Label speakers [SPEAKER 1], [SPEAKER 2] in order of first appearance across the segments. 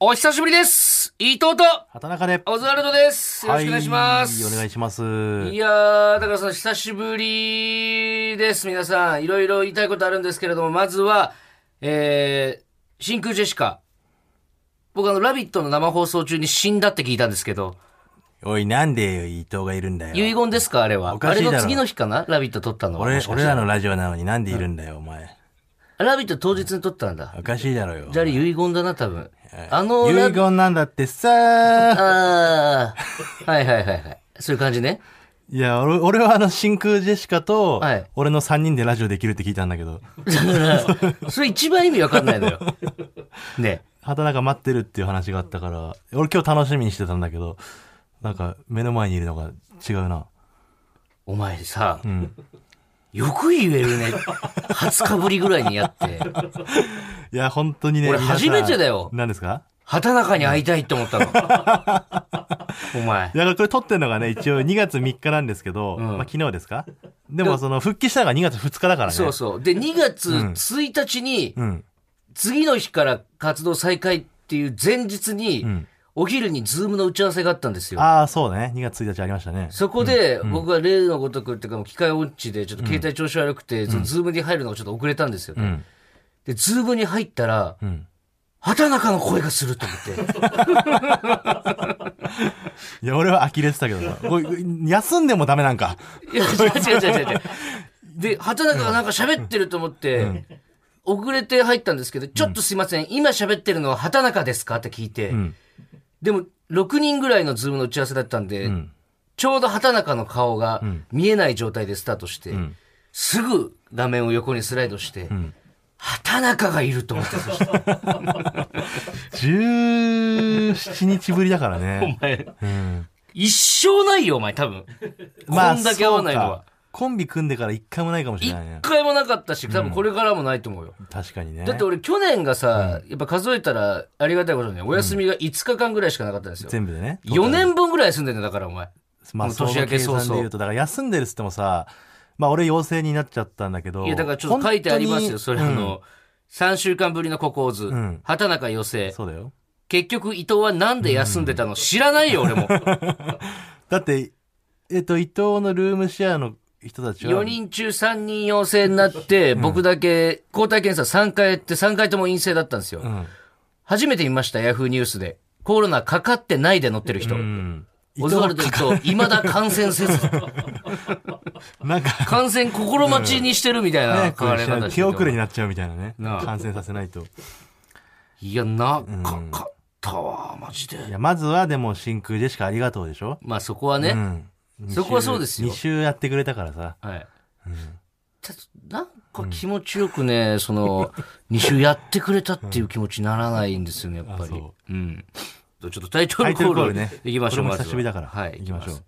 [SPEAKER 1] お久しぶりです伊藤と
[SPEAKER 2] 畑中で。
[SPEAKER 1] オズワルドですよろしくお願いします、
[SPEAKER 2] はいお願いします。
[SPEAKER 1] いやー、だからその久しぶりです、皆さん。いろいろ言いたいことあるんですけれども、まずは、えー、真空ジェシカ。僕あの、ラビットの生放送中に死んだって聞いたんですけど、
[SPEAKER 2] おい、なんでよ、伊藤がいるんだよ。
[SPEAKER 1] 遺言ですかあれは。
[SPEAKER 2] お
[SPEAKER 1] あ
[SPEAKER 2] かしい
[SPEAKER 1] れ
[SPEAKER 2] だ
[SPEAKER 1] の
[SPEAKER 2] ろ
[SPEAKER 1] 次の日かなラビット撮ったのは。
[SPEAKER 2] 俺
[SPEAKER 1] も、しかし
[SPEAKER 2] 俺
[SPEAKER 1] た
[SPEAKER 2] ら
[SPEAKER 1] ら
[SPEAKER 2] のラジオなのになんでいるんだよ、お前。
[SPEAKER 1] ラビット当日に撮ったんだ。
[SPEAKER 2] おかしいだろよ。
[SPEAKER 1] じゃああれ遺言だな、多分。あの、ラ
[SPEAKER 2] 遺言なんだって さ
[SPEAKER 1] ああ、はいはいはいはい。そういう感じね。
[SPEAKER 2] いや、俺俺はあの、真空ジェシカと
[SPEAKER 1] はい、
[SPEAKER 2] 俺の3人でラジオできるって聞いたんだけど、
[SPEAKER 1] それ一番意味わかんないのよ。ね。
[SPEAKER 2] 畑中待ってるっていう話があったから、俺今日楽しみにしてたんだけど、なんか、目の前にいるのが違うな。
[SPEAKER 1] お前さ、よく言えるね。20日ぶりぐらいにやって、
[SPEAKER 2] いや、本当にね。
[SPEAKER 1] 俺
[SPEAKER 2] 皆さん
[SPEAKER 1] 初めてだよ
[SPEAKER 2] 何ですか
[SPEAKER 1] 畑中に会いたいって思ったの。 お前
[SPEAKER 2] い。や、これ撮ってるのがね、一応2月3日なんですけど、まあ昨日ですかでもその、復帰したのが2月2日だからね。
[SPEAKER 1] そうそう。で、2月1日に、
[SPEAKER 2] うん。
[SPEAKER 1] 次の日から活動再開っていう前日に、
[SPEAKER 2] ん
[SPEAKER 1] お昼にズームの打ち合わせがあったんですよ。
[SPEAKER 2] ああ、そうね。2月1日ありましたね。
[SPEAKER 1] そこで、僕は例のごとくっていうか、機械音痴で、ちょっと携帯調子悪くて、そのズームに入るのがちょっと遅れたんですよね。
[SPEAKER 2] ん
[SPEAKER 1] で、ズームに入ったら、
[SPEAKER 2] うん。
[SPEAKER 1] 畑中の声がすると思って。
[SPEAKER 2] いや、俺は呆れてたけどな これ休んでもダメなんか。
[SPEAKER 1] い や、違う違う違う違う。で、畑中がなんか喋ってると思って、遅れて入ったんですけど、ちょっとすいません、今喋ってるのは畑中ですかって聞いて、
[SPEAKER 2] ん
[SPEAKER 1] でも、6人ぐらいのズームの打ち合わせだったんで、ちょうど畑中の顔が見えない状態でスタートして、すぐ画面を横にスライドして、畑中がいると思って、そ して
[SPEAKER 2] 17日ぶりだからね。
[SPEAKER 1] 一生ないよ、お前、多分。 こんだけ合わないの
[SPEAKER 2] そう
[SPEAKER 1] は
[SPEAKER 2] か。コンビ組んでから1回もないかもしれ
[SPEAKER 1] 一
[SPEAKER 2] ないね。
[SPEAKER 1] 回もなかったし、多分これからもないと思うよ。
[SPEAKER 2] 確かにね。
[SPEAKER 1] だって俺去年がさ、やっぱ数えたらありがたいことにお休みが5日間ぐらいしかなかったんですよ。
[SPEAKER 2] 全部でね。
[SPEAKER 1] 4年分ぐらい休んでんだよだからお前。
[SPEAKER 2] まあ、
[SPEAKER 1] もう
[SPEAKER 2] その
[SPEAKER 1] 年明け
[SPEAKER 2] 計
[SPEAKER 1] 早々
[SPEAKER 2] 算で言うと、だから休んでるっつってもさ、まあ俺陽性になっちゃったんだけど。
[SPEAKER 1] いやだからちょっと書いてありますよ、それあ
[SPEAKER 2] 本当に。
[SPEAKER 1] の、3週間ぶりのココーズ
[SPEAKER 2] ん、
[SPEAKER 1] 畑中余
[SPEAKER 2] うん
[SPEAKER 1] 生。
[SPEAKER 2] そうだよ。
[SPEAKER 1] 結局伊藤はなんで休んでたの知らないよ 俺も。
[SPEAKER 2] だって、えっと、伊藤のルームシェアの人たちは。
[SPEAKER 1] 4人中3人陽性になって、僕だけ抗体検査3回やって3回とも陰性だったんですよ。
[SPEAKER 2] ん
[SPEAKER 1] 初めて見ました、ヤフーニュースで。コロナかかってないで乗ってる人。
[SPEAKER 2] うん。伊
[SPEAKER 1] オズ
[SPEAKER 2] 藤
[SPEAKER 1] ワルド伊藤、未だ感染せ ず。
[SPEAKER 2] なんか、
[SPEAKER 1] 感染心待ちにしてるみたいな
[SPEAKER 2] 早
[SPEAKER 1] 変わり方し
[SPEAKER 2] く
[SPEAKER 1] て
[SPEAKER 2] 手
[SPEAKER 1] る
[SPEAKER 2] 遅れになっちゃうみたいなね。
[SPEAKER 1] なあ
[SPEAKER 2] 感染させないと。
[SPEAKER 1] いや、なかかったわ、マジで
[SPEAKER 2] い。や、まずはでも真空ジェシカありがとうでしょ
[SPEAKER 1] まあそこはね、
[SPEAKER 2] うん。
[SPEAKER 1] そこはそうですよ
[SPEAKER 2] 2週やってくれたからさ。
[SPEAKER 1] はい。ただなんか気持ちよくね、そ の、2週やってくれたっていう気持ちにならないんですよね、やっぱ
[SPEAKER 2] あ
[SPEAKER 1] り
[SPEAKER 2] そ。
[SPEAKER 1] うん。ちょっとタイト
[SPEAKER 2] タ
[SPEAKER 1] ル
[SPEAKER 2] イト
[SPEAKER 1] コ
[SPEAKER 2] ルコ
[SPEAKER 1] ー
[SPEAKER 2] ー
[SPEAKER 1] ル
[SPEAKER 2] ルね。
[SPEAKER 1] いきましょう、ま
[SPEAKER 2] これも
[SPEAKER 1] ずは。
[SPEAKER 2] 久しぶりだから。
[SPEAKER 1] はい。
[SPEAKER 2] 行きましょ
[SPEAKER 1] す
[SPEAKER 2] う。。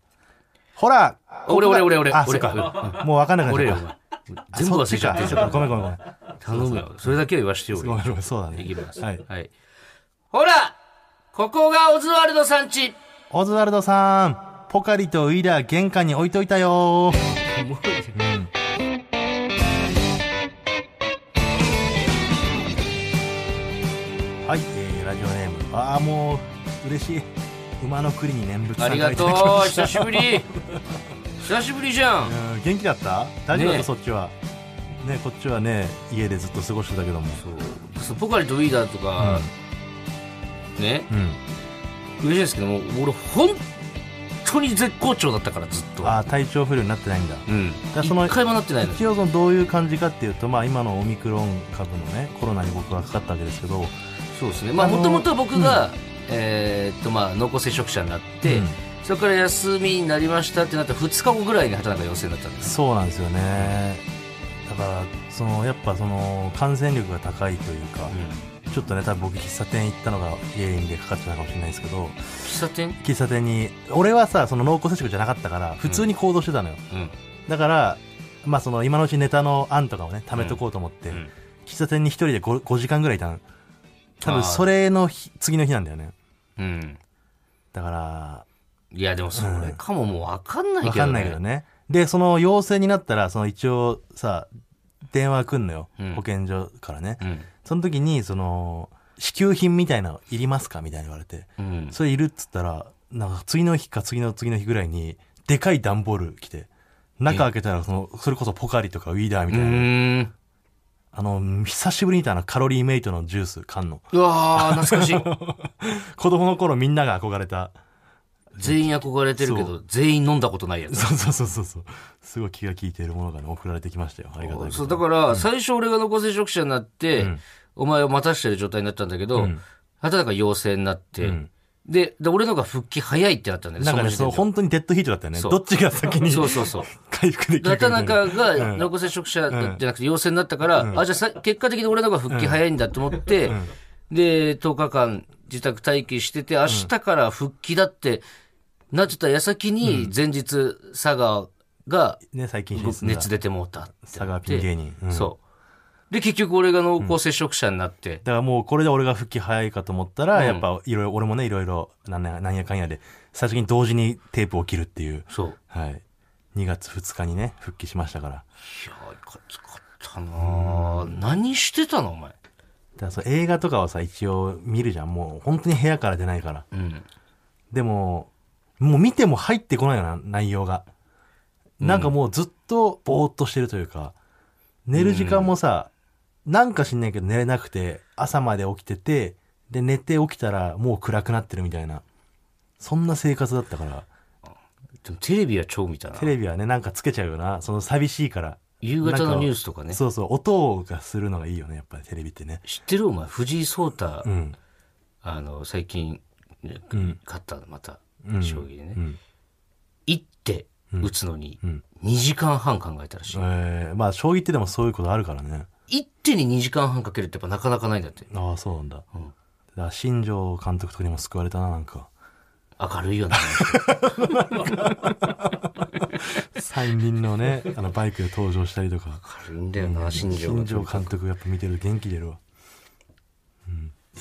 [SPEAKER 2] ほら
[SPEAKER 1] 俺、俺、俺、俺、
[SPEAKER 2] あ、そ
[SPEAKER 1] 俺
[SPEAKER 2] っ、か。もう分かんなくなっ
[SPEAKER 1] 俺
[SPEAKER 2] ち
[SPEAKER 1] よ
[SPEAKER 2] ゃった。。
[SPEAKER 1] 全部忘れちゃって
[SPEAKER 2] あ
[SPEAKER 1] る
[SPEAKER 2] そかごめんごめんごめん。
[SPEAKER 1] 頼むよ。それだけは言わしてよ、俺
[SPEAKER 2] ごめんごめん、そうだね。
[SPEAKER 1] いきます。
[SPEAKER 2] はい。
[SPEAKER 1] はい。ほらここがオズワルドさんち
[SPEAKER 2] オズワルドさん、ポカリとウイダー玄関に置いといたよはい、えー、ラジオネーム。ああ、もう、嬉しい。馬の栗に念仏
[SPEAKER 1] あ
[SPEAKER 2] さん
[SPEAKER 1] り
[SPEAKER 2] か
[SPEAKER 1] が
[SPEAKER 2] らい
[SPEAKER 1] と
[SPEAKER 2] た だきま
[SPEAKER 1] う
[SPEAKER 2] した
[SPEAKER 1] 久しぶり久しぶりじゃん
[SPEAKER 2] うん元気だった大丈夫だった、
[SPEAKER 1] ね
[SPEAKER 2] そっちは。ね、こっちはね、家でずっと過ごしてたけども。
[SPEAKER 1] そうそうポカリとウィーダーとか、ね
[SPEAKER 2] うん。
[SPEAKER 1] 嬉しいですけども俺本当に絶好調だったからずっと
[SPEAKER 2] ああ、体調不良になってないんだ。
[SPEAKER 1] うん
[SPEAKER 2] らその
[SPEAKER 1] 一回もなってないの
[SPEAKER 2] 一応そのどういう感じかっていうと、まあ、今のオミクロン株のねコロナに僕はかかったわけですけど、
[SPEAKER 1] そうですねまあ
[SPEAKER 2] あの
[SPEAKER 1] もともと僕が、えーっとまあ濃厚接触者になって、
[SPEAKER 2] うん
[SPEAKER 1] それから休みになりましたってなった2日後ぐらいに畑中陽性になったんです
[SPEAKER 2] そうなんですよねだからそのやっぱその感染力が高いというか、ちょっとね多分僕喫茶店行ったのが原因でかかっちゃったかもしれないですけど
[SPEAKER 1] 喫茶店
[SPEAKER 2] 喫茶店に俺はさその濃厚接触じゃなかったから普通に行動してたのよ、
[SPEAKER 1] うん
[SPEAKER 2] だから、まあ、その今のうちネタの案とかをね貯めとこうと思って、
[SPEAKER 1] うん
[SPEAKER 2] 喫茶店に一人で 5, 時間ぐらいいたの多
[SPEAKER 1] あー
[SPEAKER 2] 分それの日次の日なんだよね
[SPEAKER 1] うん
[SPEAKER 2] だから
[SPEAKER 1] いやでもそれかももう分かんないけどね
[SPEAKER 2] わかんないけどね。で、その陽性になったら、その一応さ、電話来んのよ。
[SPEAKER 1] うん
[SPEAKER 2] 保健所からね。
[SPEAKER 1] うん
[SPEAKER 2] その時に、その、支給品みたいなのいりますかみたいに言われて、
[SPEAKER 1] うん。
[SPEAKER 2] それいるっつったら、なんか次の日か次の次の日ぐらいに、でかい段ボール来て、中開けたら、その、それこそポカリとかウィーダーみ
[SPEAKER 1] う
[SPEAKER 2] たいな、
[SPEAKER 1] ーん。
[SPEAKER 2] あの、久しぶりにいたな、カロリーメイトのジュース、缶の。
[SPEAKER 1] うわー、懐かし い。
[SPEAKER 2] 子供の頃みんなが憧れた。
[SPEAKER 1] 全員憧れてるけ
[SPEAKER 2] そ
[SPEAKER 1] ど、全員飲んだことないやつ。
[SPEAKER 2] そうそうそうそうそう。すごい気が利いているものがね、送られてきましたよ。ありがたいことに
[SPEAKER 1] そう、だから、最初俺が濃厚接触者になって、
[SPEAKER 2] ん
[SPEAKER 1] お前を待たしてる状態になったんだけど、
[SPEAKER 2] うん
[SPEAKER 1] 畑中陽性になって、
[SPEAKER 2] ん
[SPEAKER 1] で、で、俺の方が復帰早いってなったんだよね、
[SPEAKER 2] なんかね、
[SPEAKER 1] そ
[SPEAKER 2] そう、
[SPEAKER 1] の時点
[SPEAKER 2] 本当にデッドヒートだったよね。
[SPEAKER 1] そう
[SPEAKER 2] どっちが先に
[SPEAKER 1] でそうそう そう。
[SPEAKER 2] 回復できるか
[SPEAKER 1] 畑
[SPEAKER 2] みたいな
[SPEAKER 1] 中が濃厚接触者だじゃなくて陽性になったから、あ、じゃあさ結果的に俺の方が復帰早いんだと思って、で、10日間自宅待機してて、明日から復帰だってなってた矢先に、前日、佐賀が
[SPEAKER 2] ね、最近
[SPEAKER 1] 僕熱出てもうたってなって。
[SPEAKER 2] 佐川ピン芸人。うん
[SPEAKER 1] そう。で、結局俺が濃厚接触者になって、
[SPEAKER 2] だからもうこれで俺が復帰早いかと思ったら、
[SPEAKER 1] うん
[SPEAKER 2] やっぱいろいろ、俺もね、いろいろ、なんやなんやかんやで、最初に同時にテープを切るっていう。
[SPEAKER 1] そう。
[SPEAKER 2] はい。2月2日にね、復帰しましたから。だか
[SPEAKER 1] いやー、いかつかったなー何してたのお前。
[SPEAKER 2] らそう映画とかはさ、一応見るじゃん。もう本当に部屋から出ないから。
[SPEAKER 1] うん。
[SPEAKER 2] でも、もう見ても入ってこないよな、内容が。なんかもうずっとぼーっとしてるというか、寝る時間もさ、なんか知んないけど寝れなくて、朝まで起きてて、で寝て起きたらもう暗くなってるみたいな。そんな生活だったから、
[SPEAKER 1] でもテレビは超見たな
[SPEAKER 2] テ。レビはね、なんかつけちゃうよな、その寂しいから。
[SPEAKER 1] 夕方のニュースとかね。
[SPEAKER 2] そうそう、音がするのがいいよね、やっぱりテレビってね。
[SPEAKER 1] 知ってるお前、藤井聡太、
[SPEAKER 2] うん。
[SPEAKER 1] あの、最近、
[SPEAKER 2] うん。
[SPEAKER 1] 勝ったのまた、
[SPEAKER 2] うん
[SPEAKER 1] 将棋でね
[SPEAKER 2] う。ん。
[SPEAKER 1] 一手打つのに、
[SPEAKER 2] うん。
[SPEAKER 1] 2時間半考えたらしい。
[SPEAKER 2] えー、まあ、将棋ってでもそういうことあるからね。
[SPEAKER 1] 一手に2時間半かけるってやっぱなかなかないんだって。
[SPEAKER 2] ああ、そうなんだ。
[SPEAKER 1] うん
[SPEAKER 2] だから新庄監督とかにも救われたな、なんか。
[SPEAKER 1] 明るいよね。
[SPEAKER 2] 三輪の ね、あのバイクで登場したりとか。
[SPEAKER 1] 明るいんだよな、新庄
[SPEAKER 2] 新庄監督やっぱ見てると元気出るわ。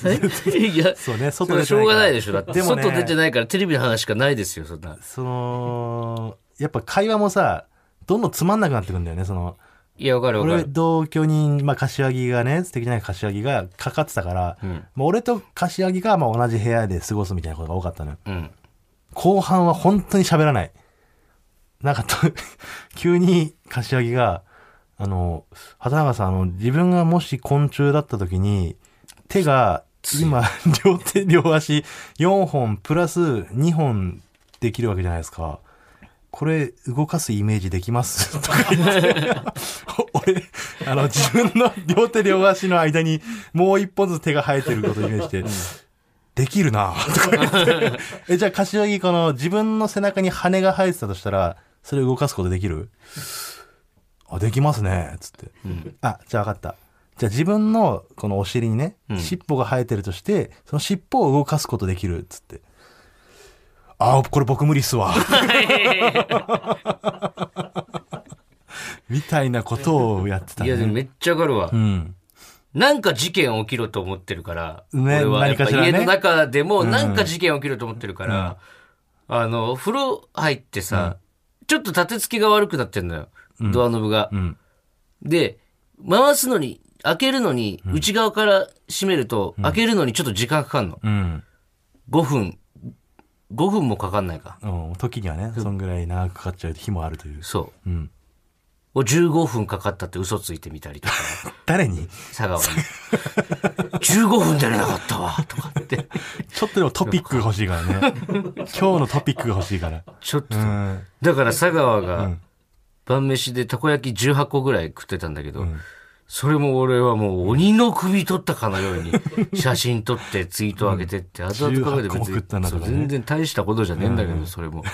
[SPEAKER 1] いや、
[SPEAKER 2] そうね、
[SPEAKER 1] そ
[SPEAKER 2] 外
[SPEAKER 1] れは
[SPEAKER 2] 出
[SPEAKER 1] して
[SPEAKER 2] な
[SPEAKER 1] ょ
[SPEAKER 2] いうか
[SPEAKER 1] が
[SPEAKER 2] ら
[SPEAKER 1] ないでしょ。だって、
[SPEAKER 2] でもね
[SPEAKER 1] 外出てないからテレビの話しかないですよ、そんな。
[SPEAKER 2] その、やっぱ会話もさ、どんどんつまんなくなってくんだよね、その。
[SPEAKER 1] いや、わかるわか
[SPEAKER 2] 俺、
[SPEAKER 1] る。
[SPEAKER 2] 同居人、まあ、柏木がね、素敵な柏木がかかってたから、
[SPEAKER 1] うん。
[SPEAKER 2] まあ俺と柏木がまあ同じ部屋で過ごすみたいなことが多かったのよ。
[SPEAKER 1] うん。
[SPEAKER 2] 後半は本当に喋らない。なんかと、 急に柏木が、あの、畑中さん、あの、自分がもし昆虫だった時に、手が、今、 両手、両足、4本、プラス2本できるわけじゃないですか。これ、動かすイメージできます とか言って。俺、あの、自分の両手、両足の間に、もう一本ずつ手が生えてることをイメージして、できるなぁとか言って。え、じゃあ、柏木、この、自分の背中に羽が生えてたとしたら、それを動かすことできるあ、できますね、つって。
[SPEAKER 1] うん。
[SPEAKER 2] あ、じゃあ分かった。じゃあ自分の、このお尻にね、
[SPEAKER 1] うん
[SPEAKER 2] 尻尾が生えてるとして、その尻尾を動かすことできる、つって。あ、これ僕無理っ すわ。みたいなことをやってた、
[SPEAKER 1] い
[SPEAKER 2] ね。
[SPEAKER 1] や、でもめっちゃわかるわ
[SPEAKER 2] う。ん。
[SPEAKER 1] なんか事件起きろと思ってるから、
[SPEAKER 2] ね
[SPEAKER 1] 俺はやっぱ
[SPEAKER 2] 何かしらね
[SPEAKER 1] 家の中でもなんか事件起きろと思ってるから、あの、風呂入ってさ、ちょっと立て付けが悪くなってんのよ。ドアノブが
[SPEAKER 2] う。ん。
[SPEAKER 1] で、回すのに、開けるのに、内側から閉めると、開けるのにちょっと時間かかんの。
[SPEAKER 2] うん。
[SPEAKER 1] 5分、5分もかかんないか。
[SPEAKER 2] うん時にはね、そんぐらい長くかかっちゃう日もあるという。
[SPEAKER 1] そう。
[SPEAKER 2] うん。
[SPEAKER 1] を15分かかったって嘘ついてみたりと か、
[SPEAKER 2] 誰に
[SPEAKER 1] 佐川に。15分出れなかったわ、とかって。
[SPEAKER 2] ちょっとでもトピックが欲しいからね。 今日のトピックが欲しいから。
[SPEAKER 1] ちょっと、
[SPEAKER 2] うん。
[SPEAKER 1] だから佐川
[SPEAKER 2] う
[SPEAKER 1] が
[SPEAKER 2] ん
[SPEAKER 1] 晩飯でたこ焼き18個ぐらい食ってたんだけど、
[SPEAKER 2] ん
[SPEAKER 1] それも俺はもう鬼の首取ったかのように写真撮ってツイート上げてって、後々考えて
[SPEAKER 2] 18個も食ったんだ
[SPEAKER 1] そ
[SPEAKER 2] と
[SPEAKER 1] う
[SPEAKER 2] かね
[SPEAKER 1] 全然大したことじゃねえんだけど、それも。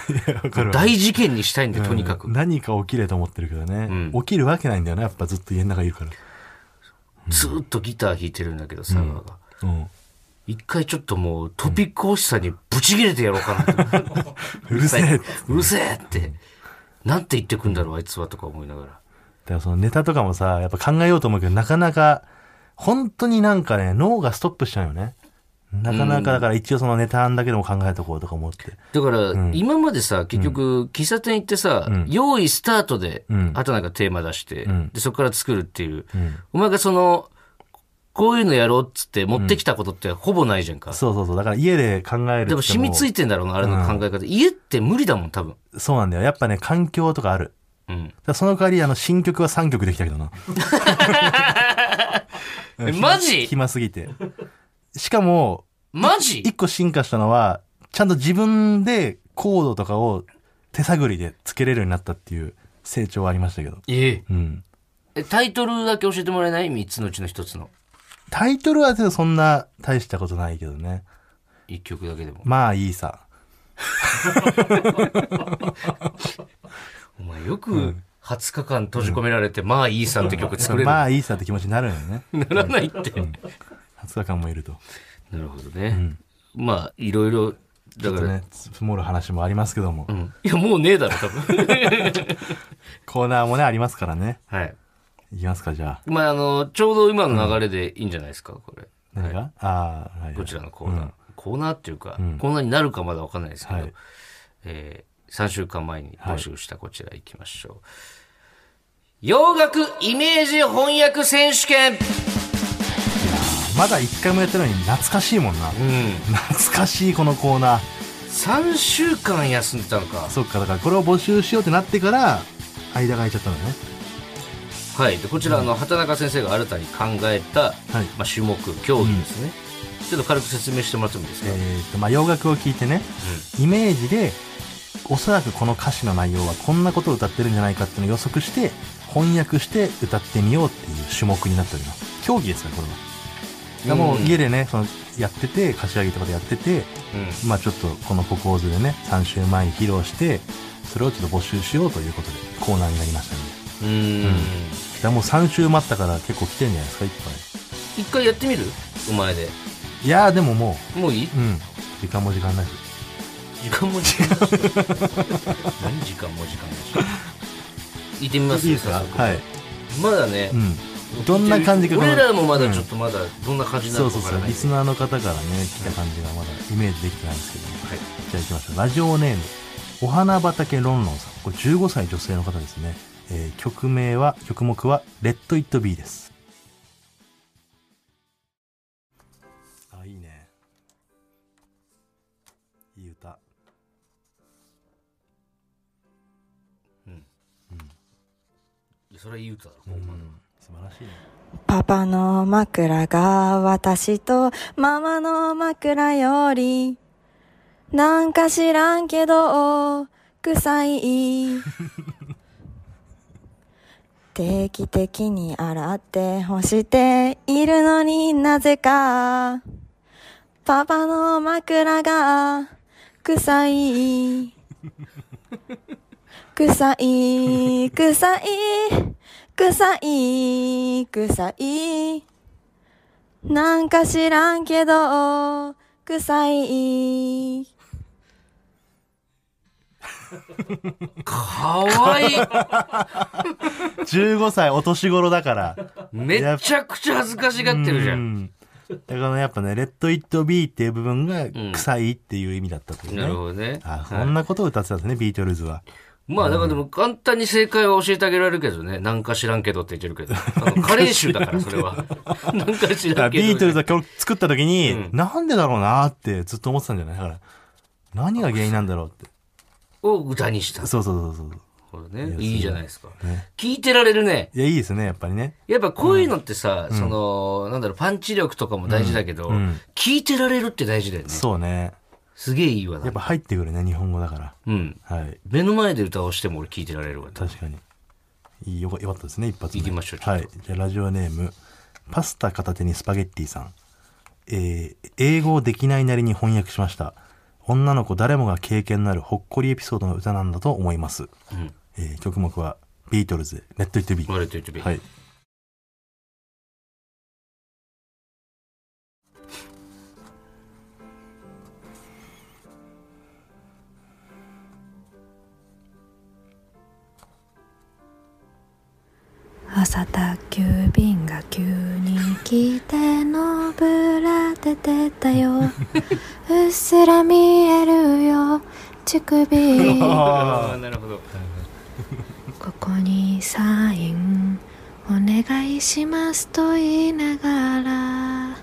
[SPEAKER 2] わかるわ
[SPEAKER 1] 大事件にしたいんで、とにかく。
[SPEAKER 2] 何か起きれと思ってるけどね、起きるわけないんだよねやっぱずっと家の中いるから
[SPEAKER 1] ずーっとギター弾いてるんだけど、佐川が。
[SPEAKER 2] うん
[SPEAKER 1] 一回ちょっともうトピック欲しさにブチ切れてやろうかなと。
[SPEAKER 2] うるせえだか
[SPEAKER 1] うるせえって。なんて言ってくんだろう、あいつはとか思いながら。
[SPEAKER 2] らそのネタとかもさやっぱ考えようと思うけどなかなか本当になんかね脳がストップしちゃうよねなかなかだから一応そのネタ案だけでも考えとこうとか思って
[SPEAKER 1] だから、今までさ、結局、喫茶店行ってさ、用意スタートで、
[SPEAKER 2] ん
[SPEAKER 1] あとなんかテーマ出して、
[SPEAKER 2] ん
[SPEAKER 1] でそこから作るっていう。
[SPEAKER 2] うん
[SPEAKER 1] お前がその、こういうのやろうっつって持ってきたことってほぼないじゃんか。
[SPEAKER 2] そうそうそう。だから家で考える
[SPEAKER 1] でも
[SPEAKER 2] って
[SPEAKER 1] 染みついてんだろうな、あれの考え方。家って無理だもん、多分。
[SPEAKER 2] そうなんだよ。やっぱね、環境とかある。
[SPEAKER 1] うん。
[SPEAKER 2] だからその代わり、あの、新曲は3曲できたけどな。
[SPEAKER 1] えマジ
[SPEAKER 2] 暇すぎて。しかも、
[SPEAKER 1] マジ
[SPEAKER 2] 一個進化したのは、ちゃんと自分でコードとかを手探りでつけれるようになったっていう成長はありましたけど。
[SPEAKER 1] ええ。
[SPEAKER 2] うん。
[SPEAKER 1] えタイトルだけ教えてもらえない三つのうちの一つの。
[SPEAKER 2] タイトルはちょっとそんな大したことないけどね。
[SPEAKER 1] 一曲だけでも。
[SPEAKER 2] まあいいさ。
[SPEAKER 1] お前よく20日間閉じ込められて、まあいいさんって曲作れる。
[SPEAKER 2] まあいいさって気持ちになるよね。
[SPEAKER 1] ならないって。
[SPEAKER 2] 20日間もいると。
[SPEAKER 1] なるほどね。まあ、いろいろ、だ
[SPEAKER 2] ちょっ
[SPEAKER 1] か
[SPEAKER 2] と
[SPEAKER 1] ら、
[SPEAKER 2] ね、積もる話もありますけども
[SPEAKER 1] う。ん。いや、もうねえだろ、多分。
[SPEAKER 2] コーナーもね、ありますからね。
[SPEAKER 1] はい。
[SPEAKER 2] いきますか、じゃあ。
[SPEAKER 1] まあ、あの、ちょうど今の流れでいいんじゃないですか、これ。
[SPEAKER 2] 何が、ああ、はい。
[SPEAKER 1] こちらのコーナー。コーナーっていうか、
[SPEAKER 2] ん
[SPEAKER 1] コーナーになるかまだわかんないですけど、
[SPEAKER 2] はい
[SPEAKER 1] え3週間前に募集したこちら行きましょう。洋楽イメージ翻訳選手権
[SPEAKER 2] まだ一回もやってないのに懐かしいもんな。
[SPEAKER 1] うん。
[SPEAKER 2] 懐かしいこのコーナー。
[SPEAKER 1] 3週間休んでたのか。
[SPEAKER 2] そっか、だからこれを募集しようってなってから、間が空いちゃったのね。
[SPEAKER 1] はい。で、こちら、あの、畑中先生が新たに考えた、
[SPEAKER 2] はい
[SPEAKER 1] まあ、種目、競技ですね、ちょっと軽く説明してもらってもいいです
[SPEAKER 2] え
[SPEAKER 1] か、
[SPEAKER 2] ー、と、まあ、洋楽を聴いてね、イメージで、おそらくこの歌詞の内容はこんなことを歌ってるんじゃないかっていうのを予測して、翻訳して歌ってみようっていう種目になっております。競技ですから、これは。だからもう家でね、その、やってて、柏木とかでやってて、
[SPEAKER 1] うん。うん
[SPEAKER 2] まあちょっとこのポコーズでね、3週前に披露して、それをちょっと募集しようということで、コーナーになりましたね。
[SPEAKER 1] うーん
[SPEAKER 2] だからもう3週待ったから結構来てんじゃないですか、いっぱ
[SPEAKER 1] 一回やってみるお前で
[SPEAKER 2] い。いやーでもも、
[SPEAKER 1] もういいう
[SPEAKER 2] うん、時間も時間ないし。
[SPEAKER 1] 時間も時間だし何時間も時間だし行ってみます
[SPEAKER 2] いいですか
[SPEAKER 1] 早速
[SPEAKER 2] はい。
[SPEAKER 1] まだね
[SPEAKER 2] う、ん。どんな感じか
[SPEAKER 1] 俺らもまだちょっとまだどんな感じな
[SPEAKER 2] そ
[SPEAKER 1] の
[SPEAKER 2] う
[SPEAKER 1] か
[SPEAKER 2] そう
[SPEAKER 1] わか
[SPEAKER 2] そ
[SPEAKER 1] ら
[SPEAKER 2] う、
[SPEAKER 1] ない
[SPEAKER 2] リスナーの方からね、来た感じがまだイメージできてないんですけど、
[SPEAKER 1] はい
[SPEAKER 2] じゃあ行きましょう。ラジオネーム、お花畑ロンロンさん。これ15歳女性の方ですね。えー曲名は、曲目は、レッド・イット・ビーです。あ、いいね。いい歌。
[SPEAKER 1] いやそれはいい歌だろ、
[SPEAKER 2] 素晴らしいね。
[SPEAKER 3] パパの枕が私とママの枕よりなんか知らんけど臭い定期的に洗って干しているのになぜかパパの枕が臭い臭い臭い臭い、臭い。なんか知らんけど、臭い。
[SPEAKER 1] かわ いい
[SPEAKER 2] 15歳お年頃だから。
[SPEAKER 1] めちゃくちゃ恥ずかしがってるじゃ
[SPEAKER 2] うんんだからねやっぱね、レッド・イット・ビーっていう部分が臭いっていう意味だったというね。
[SPEAKER 1] なるほどね
[SPEAKER 2] あ、そんなことを歌ってたんですね、ビートルズは。
[SPEAKER 1] まあだからでも簡単に正解は教えてあげられるけどね。なんか知らんけどって言ってるけど。あのカレー臭だからそれ は。なんか知
[SPEAKER 2] だからら
[SPEAKER 1] んけど。
[SPEAKER 2] ビートルズは曲作った時に、
[SPEAKER 1] うん
[SPEAKER 2] なんでだろうなってずっと思ってたんじゃないだから、何が原因なんだろうって。
[SPEAKER 1] を歌にした。
[SPEAKER 2] そうそうそうそう。
[SPEAKER 1] これね。いいじゃないですか。
[SPEAKER 2] ね
[SPEAKER 1] 聞いてられるね。
[SPEAKER 2] いや、いいですね、やっぱりね。
[SPEAKER 1] やっぱこういうのってさ、その、なんだろう、パンチ力とかも大事だけど、
[SPEAKER 2] うん
[SPEAKER 1] 聞いてられるって大事だよね。
[SPEAKER 2] そうね。
[SPEAKER 1] すげえいいわ
[SPEAKER 2] や
[SPEAKER 1] な
[SPEAKER 2] っ。ぱ入ってくるね、日本語だから。
[SPEAKER 1] うん。
[SPEAKER 2] はい。
[SPEAKER 1] 目の前で歌をしても俺聞いてられるわ。
[SPEAKER 2] 確かに。いいよか、よかったですね、一発目。
[SPEAKER 1] 行きましょうちょっと
[SPEAKER 2] はい。じゃあ、ラジオネーム、パスタ片手にスパゲッティさん。えー英語をできないなりに翻訳しました。女の子誰もが経験のあるほっこりエピソードの歌なんだと思います。
[SPEAKER 1] うん。
[SPEAKER 2] えー曲目は、ビートルズ、レッド・イット・ビー。
[SPEAKER 1] 割れてるとび。
[SPEAKER 2] はい。
[SPEAKER 3] 朝宅急便が急に来てのぶら出てたよ。うっすら見えるよ、乳首。
[SPEAKER 1] ああ、なるほど。
[SPEAKER 3] ここにサイン
[SPEAKER 4] お願いしますと言いながら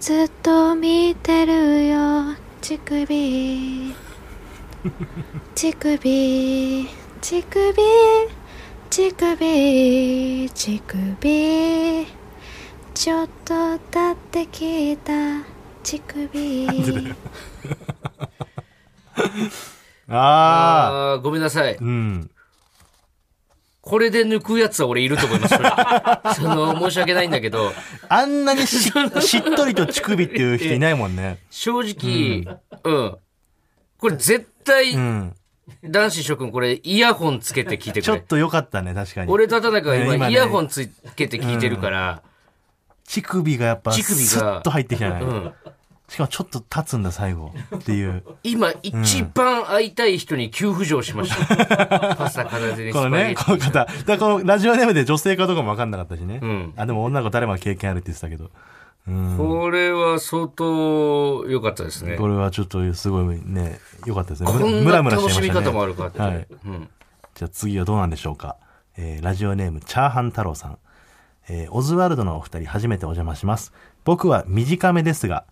[SPEAKER 4] ずっと見てるよ乳首乳首乳首乳首乳首ちょっと立ってきた乳首
[SPEAKER 2] ああ。
[SPEAKER 1] ああー、ごめんなさい。
[SPEAKER 2] うん。
[SPEAKER 1] これで抜くやつは俺いると思います。 それその、申し訳ないんだけど、
[SPEAKER 2] あんなに ししっとりと乳首っていう人いないもんね。
[SPEAKER 1] 正直、うん。これ絶対
[SPEAKER 2] う、 ん。
[SPEAKER 1] 男子諸君これイヤホンつけて聞いて
[SPEAKER 2] ち
[SPEAKER 1] く
[SPEAKER 2] ょっ
[SPEAKER 1] れ。
[SPEAKER 2] と良かったね、確かに。
[SPEAKER 1] 俺と畑中が
[SPEAKER 2] ね今
[SPEAKER 1] 今
[SPEAKER 2] ね
[SPEAKER 1] イヤホンつけて聞いてるから、
[SPEAKER 2] 乳首がやっぱ、
[SPEAKER 1] 乳首が
[SPEAKER 2] スッと入ってきたね。
[SPEAKER 1] うん。
[SPEAKER 2] しかもちょっと立つんだ、最後。っていう。
[SPEAKER 1] 今一番会いたい人に急浮上しました。パスタ片手にス
[SPEAKER 2] こ
[SPEAKER 1] パ
[SPEAKER 2] の
[SPEAKER 1] ゲッ
[SPEAKER 2] ね、
[SPEAKER 1] テ
[SPEAKER 2] この
[SPEAKER 1] ィ
[SPEAKER 2] 方。だからこのラジオネームで女性かどうかも分かんなかったしね。
[SPEAKER 1] うん
[SPEAKER 2] あ、でも女の子誰も経験あるって言ってたけど。うん。こ
[SPEAKER 1] これは相当良かったですね。
[SPEAKER 2] れはちょっとすごいね、良かったですね。
[SPEAKER 1] こん
[SPEAKER 2] ム
[SPEAKER 1] な
[SPEAKER 2] ラムラし
[SPEAKER 1] 楽
[SPEAKER 2] ちゃ
[SPEAKER 1] しみ
[SPEAKER 2] いましたね
[SPEAKER 1] 方もあるかって。
[SPEAKER 2] はい。
[SPEAKER 1] うん。
[SPEAKER 2] じゃあ次はどうなんでしょうか。えーラジオネーム、チャーハン太郎さん。えーオズワルドのお二人、初めてお邪魔します。僕は短めですが、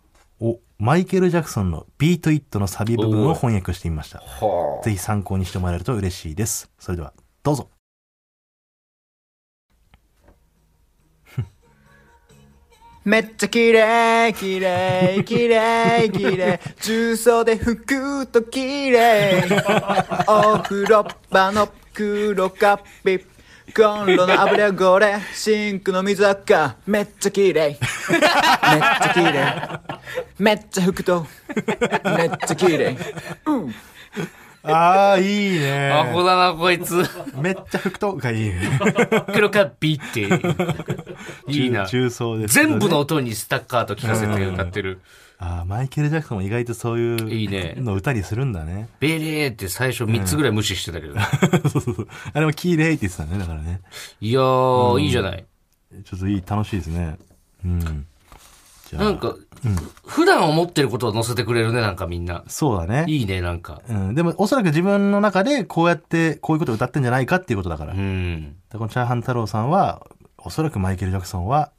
[SPEAKER 2] お、マイケル・ジャクソンのビート・イットのサビ部分を翻訳してみました。
[SPEAKER 1] は
[SPEAKER 2] ぜひ参考にしてもらえると嬉しいです。それでは、どうぞ。
[SPEAKER 5] めっちゃ綺麗綺麗綺麗綺麗重曹で拭くと綺麗お風呂場の黒カピコンロの油汚れシンクの水垢めっちゃ綺麗めっちゃ綺麗めっちゃ拭くとめっちゃ綺麗
[SPEAKER 2] あー、いい
[SPEAKER 1] あ。アホ
[SPEAKER 2] ね。
[SPEAKER 1] だな、こい つ。
[SPEAKER 2] めっちゃ吹くとがいいね。
[SPEAKER 1] 黒カッピ って。いいな。
[SPEAKER 2] 中中層ですけどね、
[SPEAKER 1] 全部の音にスタッカーと聞かせて歌ってる。
[SPEAKER 2] あーマイケル・ジャクソンも意外とそう
[SPEAKER 1] いい
[SPEAKER 2] い
[SPEAKER 1] ね
[SPEAKER 2] うの歌にするんだね。
[SPEAKER 1] ベレーって最初3つぐらい無視してたけど。
[SPEAKER 2] そうそうそう。あれも綺麗って言ってたね、だからね。
[SPEAKER 1] いやー、いいじゃない。
[SPEAKER 2] ちょっといい、楽しいですね。うん。じゃあ
[SPEAKER 1] なんか、普段思ってることを載せてくれるね、なんかみんな。
[SPEAKER 2] そうだね。
[SPEAKER 1] いいね、なんか。
[SPEAKER 2] うん、でも、おそらく自分の中で、こうやって、こういうことを歌ってんじゃないかっていうことだから。
[SPEAKER 1] う
[SPEAKER 2] だか
[SPEAKER 1] ん。
[SPEAKER 2] らこのチャーハン太郎さんは、おそらくマイケル・ジャクソンは、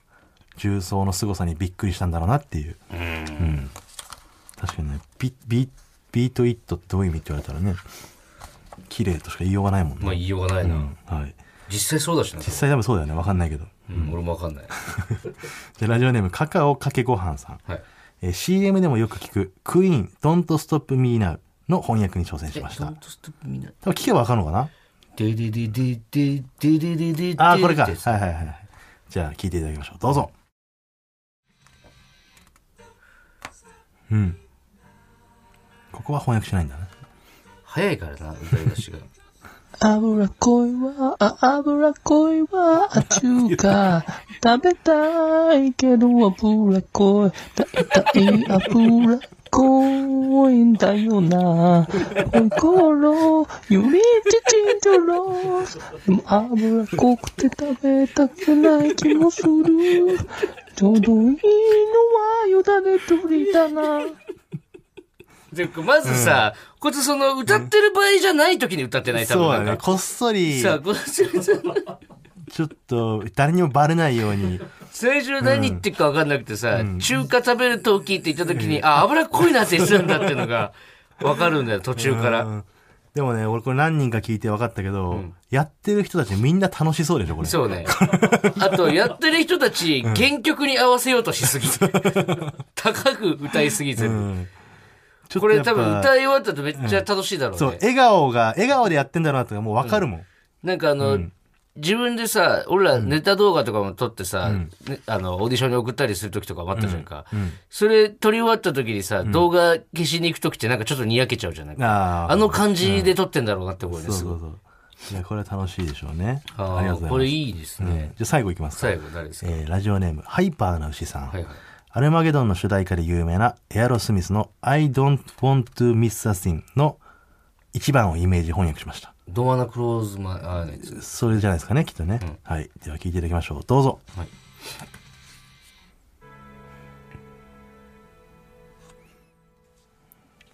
[SPEAKER 2] 重曹の凄さにびっくりしたんだろうなっていう。うん。確かにね、ビ、ビ、ビート・イットってどういう意味って言われたらね、綺麗としか言いようがないもんね。
[SPEAKER 1] まあ言いようがないな。
[SPEAKER 2] うん、はい。
[SPEAKER 1] 実際そうだしな。
[SPEAKER 2] 実際多分そうだよね。わかんないけど。
[SPEAKER 1] うん、俺もわかんない。
[SPEAKER 2] じゃあラジオネーム、カカオかけごはんさん。
[SPEAKER 1] はい。
[SPEAKER 2] えー CM でもよく聞く、クイーン、Don't Stop Me Now の翻訳に挑戦し
[SPEAKER 1] え
[SPEAKER 2] ました。
[SPEAKER 1] Don't stop me now
[SPEAKER 2] 多分聞けばわかるのかな
[SPEAKER 1] ででででででででで
[SPEAKER 2] ああ、これか。はい
[SPEAKER 1] です
[SPEAKER 2] はいはいはい。じゃあ、聞いていただきましょう。どうぞ。うん。ここは翻訳しないんだね。
[SPEAKER 1] 早いからな、歌い出 しが。
[SPEAKER 6] 油恋は、あ油恋は、あ中華。食べたいけど油恋。大体油恋んだよな。心、ゆりちちんじゃろ。でも油濃くて食べたくない気もする。ちょうどいいのはよだれ鳥だな。
[SPEAKER 1] で、まずさ、こいつその歌ってる場合じゃない時に歌ってない、多
[SPEAKER 2] そ
[SPEAKER 1] 分
[SPEAKER 2] う
[SPEAKER 1] な
[SPEAKER 2] だ
[SPEAKER 1] ん
[SPEAKER 2] ね。
[SPEAKER 1] か。
[SPEAKER 2] こっそり、
[SPEAKER 1] さあ、こいつ
[SPEAKER 2] ちょっと、誰にもバレないように。
[SPEAKER 1] 最初何言ってるか分かんなくてさ、中華食べると聞いて言った時に、あ、油っこいなって言ってたんだっていうのが分かるんだよ、途中か
[SPEAKER 2] う
[SPEAKER 1] ら。
[SPEAKER 2] んでもね、俺これ何人か聞いて分かったけど、やってる人たちみんな楽しそうでしょ、これ。
[SPEAKER 1] そうね。あと、やってる人たち、原曲に合わせようとしすぎ。高く歌いすぎて
[SPEAKER 2] う
[SPEAKER 1] る。
[SPEAKER 2] ん。ちょっと
[SPEAKER 1] これ
[SPEAKER 2] やっぱ
[SPEAKER 1] 多分歌い終わったとめっちゃ楽しいだろ
[SPEAKER 2] そうう、
[SPEAKER 1] ね。
[SPEAKER 2] 笑顔が、笑顔でやってんだろうなってもう分かるもん。
[SPEAKER 1] なんかあの、自分でさ、俺らネタ動画とかも撮ってさ、ねあの、オーディションに送ったりする時とかもあったじゃんか。それ撮り終わった時にさ、動画消しに行く時ってなんかちょっとにやけちゃうじゃない
[SPEAKER 2] あー
[SPEAKER 1] あの感じで撮ってんだろうなって思うね、
[SPEAKER 2] そう
[SPEAKER 1] すご
[SPEAKER 2] そ。
[SPEAKER 1] いう
[SPEAKER 2] そう。いや、これは楽しいでしょうね。
[SPEAKER 1] あ
[SPEAKER 2] あ
[SPEAKER 1] ー
[SPEAKER 2] りがとうございます。
[SPEAKER 1] これいいです
[SPEAKER 2] うん
[SPEAKER 1] ね。
[SPEAKER 2] じゃあ最後いきますか。
[SPEAKER 1] 最後、誰ですか、
[SPEAKER 2] えーラジオネーム、ハイパーな牛さん。
[SPEAKER 1] はいはい。
[SPEAKER 2] アルマゲドンの主題歌で有名なエアロスミスの I don't want to miss a thing の一番をイメージ翻訳しました。
[SPEAKER 1] ドアナクローズマン、あー、ないです。
[SPEAKER 2] それじゃないですかね、きっとね。はい。では聞いていただきましょう。どうぞ。
[SPEAKER 1] はい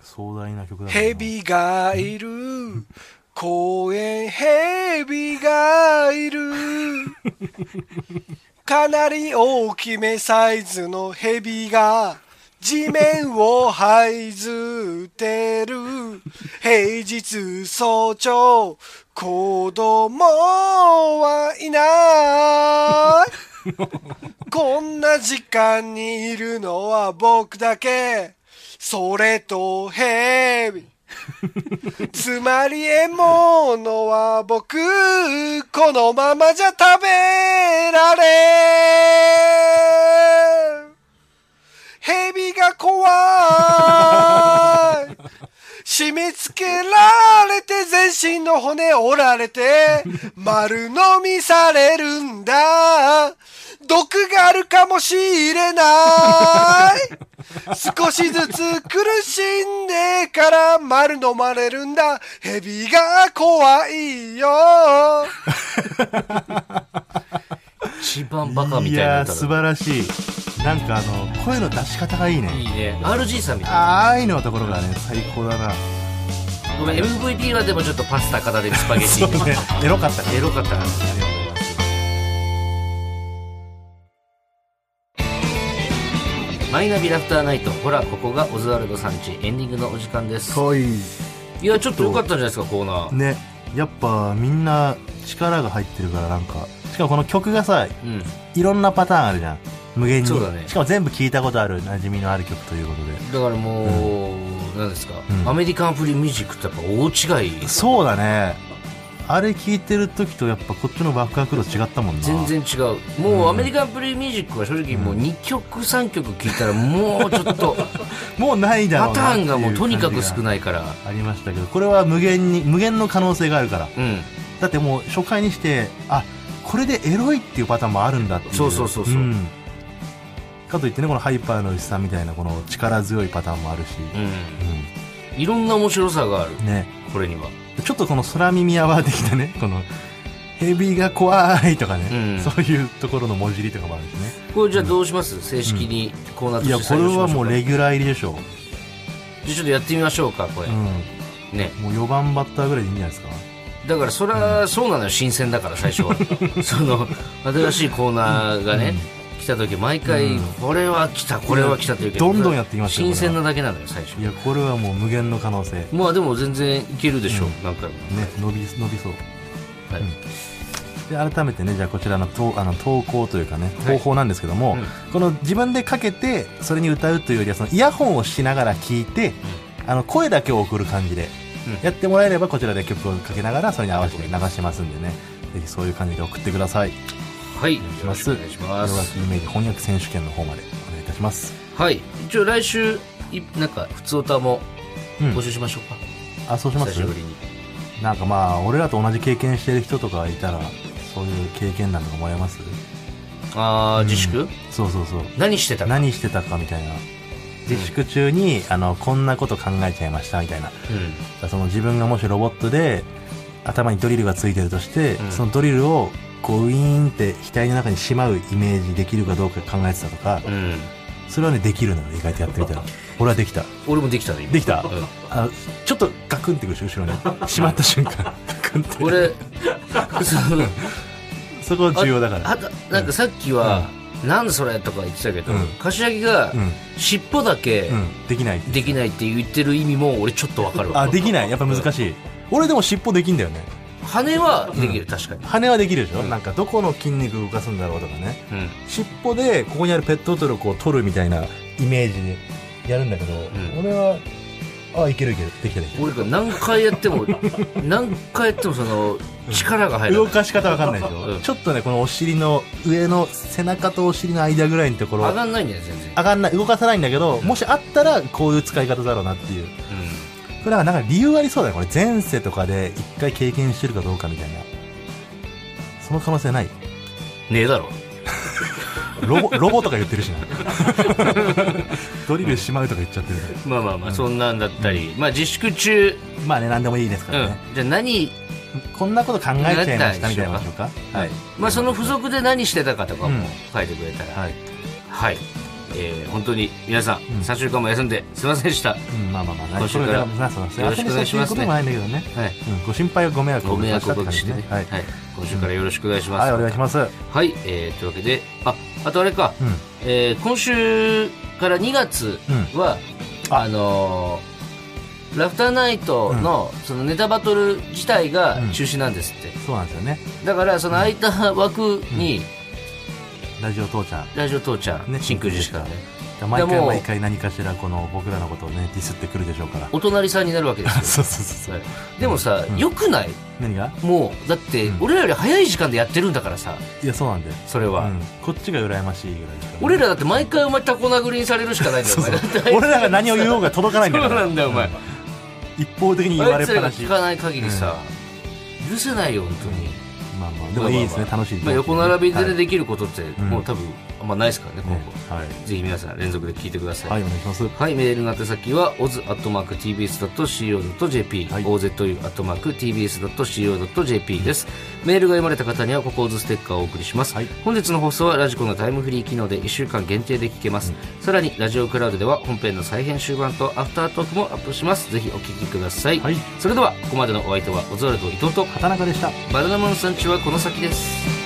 [SPEAKER 2] 壮大な曲だな
[SPEAKER 7] 蛇がいる公園ヘビがいるかなり大きめサイズのヘビが地面を這いずってる平日早朝子供はいないこんな時間にいるのは僕だけそれとヘビつまり獲物は僕このままじゃ食べられんヘビが怖い締め付けられて全身の骨折られて丸飲みされるんだ毒があるかもしれない少しずつ苦しんでから丸飲まれるんだヘビが怖いよ
[SPEAKER 1] 一番バカみ
[SPEAKER 2] い
[SPEAKER 1] たいな
[SPEAKER 2] やー
[SPEAKER 1] 歌
[SPEAKER 2] 素
[SPEAKER 1] だ
[SPEAKER 2] 晴らしいなんかあの声の出し方がいいね
[SPEAKER 1] いいね RG さんみたいな
[SPEAKER 2] ああいうのところがね最高だな
[SPEAKER 1] ごめん MVP はでもちょっとパスタ片手にスパゲテ
[SPEAKER 2] そう
[SPEAKER 1] ィ
[SPEAKER 2] ねエロかったから
[SPEAKER 1] エロかったなマイナビラフターナイトほらここがオズワルドさんちエンディングのお時間です
[SPEAKER 2] い
[SPEAKER 1] いやちょっと良かったんじゃないですかコーナー
[SPEAKER 2] ねやっぱみんな力が入ってるからなんかしかもこの曲がさ
[SPEAKER 1] うん
[SPEAKER 2] いろんなパターンあるじゃん無限に
[SPEAKER 1] そうだね
[SPEAKER 2] しかも全部聞いたことある馴染みのある曲ということで
[SPEAKER 1] だからもう何ですか
[SPEAKER 2] うん
[SPEAKER 1] アメリカンフリーミュージックってやっぱ大違い
[SPEAKER 2] そうだねあれ聞いてる時とやっぱこっちの爆破苦労違ったもんな
[SPEAKER 1] 全然違うもうアメリカンプリーミュージックは正直もう2曲3曲聴いたらもうちょっ と
[SPEAKER 2] もうないだろ
[SPEAKER 1] パ
[SPEAKER 2] う
[SPEAKER 1] タ
[SPEAKER 2] なって
[SPEAKER 1] ー
[SPEAKER 2] い
[SPEAKER 1] ンがもうとにかく少
[SPEAKER 2] い
[SPEAKER 1] ないから
[SPEAKER 2] ありましたけどこれは無限に無限の可能性があるから
[SPEAKER 1] うん
[SPEAKER 2] だってもう初回にしてあこれでエロいっていうパターンもあるんだっていう
[SPEAKER 1] そうそうそうそうん
[SPEAKER 2] かといってねこのハイパーの牛さんみたいなこの力強いパターンもあるし、
[SPEAKER 1] うん
[SPEAKER 2] う
[SPEAKER 1] いろんな面白さがある
[SPEAKER 2] んね
[SPEAKER 1] これには
[SPEAKER 2] ちょっとこの空耳アワー的なねこのヘビが怖いとかね、
[SPEAKER 1] うん
[SPEAKER 2] そういうところの文字りとかもあるしね
[SPEAKER 1] これじゃあどうします正式にコーナーと
[SPEAKER 2] いや
[SPEAKER 1] して
[SPEAKER 2] これ
[SPEAKER 1] 採用し
[SPEAKER 2] は
[SPEAKER 1] ましょ
[SPEAKER 2] も
[SPEAKER 1] う
[SPEAKER 2] う
[SPEAKER 1] か
[SPEAKER 2] レギュラー入りでしょ
[SPEAKER 1] じゃあちょっとやってみましょうかこ
[SPEAKER 2] う、
[SPEAKER 1] れ
[SPEAKER 2] う
[SPEAKER 1] ね
[SPEAKER 2] ん、もう4番バッターぐらいでいいんじゃないですか
[SPEAKER 1] だからそれはそうなのよ新鮮だから最 初はその新しいコーナーがね来た時毎回これは来たこれは来たというけ
[SPEAKER 2] どんどんやっていきましょう
[SPEAKER 1] 新鮮なだけなのよ最初
[SPEAKER 2] いやこれはもう無限の可能性ね
[SPEAKER 1] まあでも全然いけるでしょう
[SPEAKER 2] うん
[SPEAKER 1] 何回も
[SPEAKER 2] 伸び伸びそう
[SPEAKER 1] はい
[SPEAKER 2] うんで改めてねじゃあこちらのとあの投稿というかね
[SPEAKER 1] はい
[SPEAKER 2] 方法なんですけども、
[SPEAKER 1] うん
[SPEAKER 2] この自分でかけてそれに歌うというよりはそのイヤホンをしながら聞いて、あの声だけを送る感じで、
[SPEAKER 1] うん
[SPEAKER 2] やってもらえればこちらで曲をかけながらそれに合わせて流しますんでねぜひそういう感じで送ってくださいよ
[SPEAKER 1] はいよ
[SPEAKER 2] ろ
[SPEAKER 1] ろ
[SPEAKER 2] し
[SPEAKER 1] し
[SPEAKER 2] く
[SPEAKER 1] く
[SPEAKER 2] お
[SPEAKER 1] お
[SPEAKER 2] 願
[SPEAKER 1] 願
[SPEAKER 2] い
[SPEAKER 1] い
[SPEAKER 2] し
[SPEAKER 1] し
[SPEAKER 2] ま
[SPEAKER 1] ますす
[SPEAKER 2] イメージ翻訳選手権の方までお願いいたします
[SPEAKER 1] はい一応来週いなんか普通歌も
[SPEAKER 2] うん
[SPEAKER 1] 募集しましょうか
[SPEAKER 2] あそうしま
[SPEAKER 1] 久
[SPEAKER 2] す
[SPEAKER 1] しぶりに
[SPEAKER 2] なんかまあ俺らと同じ経験してる人とかいたらそういう経験談とかもらえます
[SPEAKER 1] ああ自
[SPEAKER 2] う
[SPEAKER 1] 粛
[SPEAKER 2] んそうそうそう
[SPEAKER 1] 何してたか
[SPEAKER 2] 何してたかみたいな自粛中に、あのこんなこと考えちゃいましたみたいなだか
[SPEAKER 1] うん
[SPEAKER 2] らその自分がもしロボットで頭にドリルがついてるとして、
[SPEAKER 1] うん
[SPEAKER 2] そのドリルをこうウィーンって額の中にしまうイメージできるかどうか考えてたとか
[SPEAKER 1] うん
[SPEAKER 2] それはねできるのよ意外とやってみたら俺はできた
[SPEAKER 1] 俺もできたの今
[SPEAKER 2] できた
[SPEAKER 1] うん
[SPEAKER 2] あのちょっとガクンってくるでしょ後ろにしまった瞬 間ガクンって
[SPEAKER 1] 俺そう
[SPEAKER 2] そこは重要だから
[SPEAKER 1] あとなんかさっきは「なんでそれ?」とか言ってたけど、
[SPEAKER 2] うん
[SPEAKER 1] 柏木が
[SPEAKER 2] うん
[SPEAKER 1] 尻尾だけ
[SPEAKER 2] うんできない
[SPEAKER 1] できないって言ってる意味も俺ちょっとわかるわ
[SPEAKER 2] あできないやっぱ難しい俺でも尻尾できんだよね
[SPEAKER 1] 羽はできる、確かに、
[SPEAKER 2] 羽はできるでしょ、
[SPEAKER 1] うん
[SPEAKER 2] なんかどこの筋肉動かすんだろうとかね
[SPEAKER 1] うん
[SPEAKER 2] 尻尾でここにあるペットボトルをこう取るみたいなイメージでやるんだけど、
[SPEAKER 1] ん
[SPEAKER 2] 俺はあいけるいけるできたでき
[SPEAKER 1] 俺が何回やっても 何回やってもその力が
[SPEAKER 2] た
[SPEAKER 1] 入ら
[SPEAKER 2] 動
[SPEAKER 1] ない
[SPEAKER 2] かし方わかんないでしょ、
[SPEAKER 1] うん
[SPEAKER 2] ちょっとねこのお尻の上の背中とお尻の間ぐらいのところ
[SPEAKER 1] 上がんないんだよ全然、
[SPEAKER 2] 上がんない動かさないんだけどもしあったらこういう使い方だろうなっていうこれはなんか理由ありそうだねこれ前世とかで一回経験してるかどうかみたいなその可能性ない
[SPEAKER 1] うん、ねえだろ
[SPEAKER 2] ロボ ロボとか言ってるしなドリルしまうとか言っちゃってるか
[SPEAKER 1] まあ
[SPEAKER 2] ら
[SPEAKER 1] まあまあ、そんなんだったり、まあ自粛中、
[SPEAKER 2] まあね何でもいいです
[SPEAKER 1] うん
[SPEAKER 2] からね、
[SPEAKER 1] じゃあ何
[SPEAKER 2] こんなこと考えちゃいましたみたいなことかはい
[SPEAKER 1] まあその付属で何してたかとかも
[SPEAKER 2] うん
[SPEAKER 1] 書いてくれたら、
[SPEAKER 2] はい
[SPEAKER 1] はい。えー本当に皆さん、3週間も休んですいませんでした、
[SPEAKER 2] うん、まあまあまあ、
[SPEAKER 1] 今週から
[SPEAKER 2] それでまあそうなんですよ
[SPEAKER 1] よろしくお願いしますね
[SPEAKER 2] 焦りしたということもないんだけどね。
[SPEAKER 1] はい
[SPEAKER 2] うん、ご心配はご迷惑を
[SPEAKER 1] ご
[SPEAKER 2] おか
[SPEAKER 1] 迷
[SPEAKER 2] けし
[SPEAKER 1] 惑
[SPEAKER 2] た
[SPEAKER 1] を
[SPEAKER 2] っ
[SPEAKER 1] お
[SPEAKER 2] て
[SPEAKER 1] か
[SPEAKER 2] 感
[SPEAKER 1] けし
[SPEAKER 2] じ
[SPEAKER 1] て
[SPEAKER 2] で
[SPEAKER 1] ね
[SPEAKER 2] ね。
[SPEAKER 1] は
[SPEAKER 2] はいい。
[SPEAKER 1] 今週からよろしくお願いします、
[SPEAKER 2] はい、お願いします。うん。
[SPEAKER 1] はい、えーというわけでああとあれか、えー今週から2月は、あのーラフターナイトの,、そのネタバトル自体が中止なんですって、
[SPEAKER 2] そうなんですよね。
[SPEAKER 1] だからその空いた枠に、
[SPEAKER 2] ラジオ父ちゃん。
[SPEAKER 1] ラジオ父ちゃん、
[SPEAKER 2] ね
[SPEAKER 1] 真空ジェシカがね
[SPEAKER 2] 毎
[SPEAKER 1] で
[SPEAKER 2] 回
[SPEAKER 1] も
[SPEAKER 2] 毎回何かしらこの僕らのことをね、ディスってくるでしょうから。
[SPEAKER 1] お隣さんになるわけです
[SPEAKER 2] そうそうそうそ
[SPEAKER 1] よ、
[SPEAKER 2] う。
[SPEAKER 1] はいでもさ、
[SPEAKER 2] うん
[SPEAKER 1] よくない
[SPEAKER 2] 何が
[SPEAKER 1] もうだって
[SPEAKER 2] うん
[SPEAKER 1] 俺らより早い時間でやってるんだからさ
[SPEAKER 2] いや、そうなんだよ。
[SPEAKER 1] それは、
[SPEAKER 2] うん、こっちが羨ましいぐらいですからね
[SPEAKER 1] 俺らだって毎回お前タコ殴りにされるしかないんだよ
[SPEAKER 2] そうそう
[SPEAKER 1] お前だって
[SPEAKER 2] 俺らが何を言おうが届かないんだ
[SPEAKER 1] そ
[SPEAKER 2] か
[SPEAKER 1] う
[SPEAKER 2] ら
[SPEAKER 1] なんだよお前、
[SPEAKER 2] 一方的に言わ
[SPEAKER 1] あ
[SPEAKER 2] れ
[SPEAKER 1] いつ
[SPEAKER 2] っぱ
[SPEAKER 1] ら
[SPEAKER 2] な
[SPEAKER 1] が
[SPEAKER 2] し
[SPEAKER 1] 聞かない限りさ、許せないよ本当に、
[SPEAKER 2] まあまあでもいいですね、
[SPEAKER 1] まあまあ
[SPEAKER 2] 楽しいです
[SPEAKER 1] ま
[SPEAKER 2] ね
[SPEAKER 1] あ、横並びで
[SPEAKER 2] はい
[SPEAKER 1] できることって、
[SPEAKER 2] ん
[SPEAKER 1] もう多分あんまないですからね今
[SPEAKER 2] ね
[SPEAKER 1] 後、
[SPEAKER 2] はい
[SPEAKER 1] ぜひ皆さん連続で聞いてください、
[SPEAKER 2] はいお願いします
[SPEAKER 1] はい、メールの宛先は oz.tbs.co.jp、
[SPEAKER 2] はい
[SPEAKER 1] ozu.tbs.co.jp です、メールが読まれた方にはここ oz ステッカーをお送りします、
[SPEAKER 2] はい
[SPEAKER 1] 本日の放送はラジコのタイムフリー機能で1週間限定で聞けます、さらにラジオクラウドでは本編の再編集版とアフタートークもアップしますぜひお聞きください、
[SPEAKER 2] はい
[SPEAKER 1] それではここまでのお相手はオズワルド伊藤と
[SPEAKER 2] 畑中でした
[SPEAKER 1] バナナマンさんちはこの先です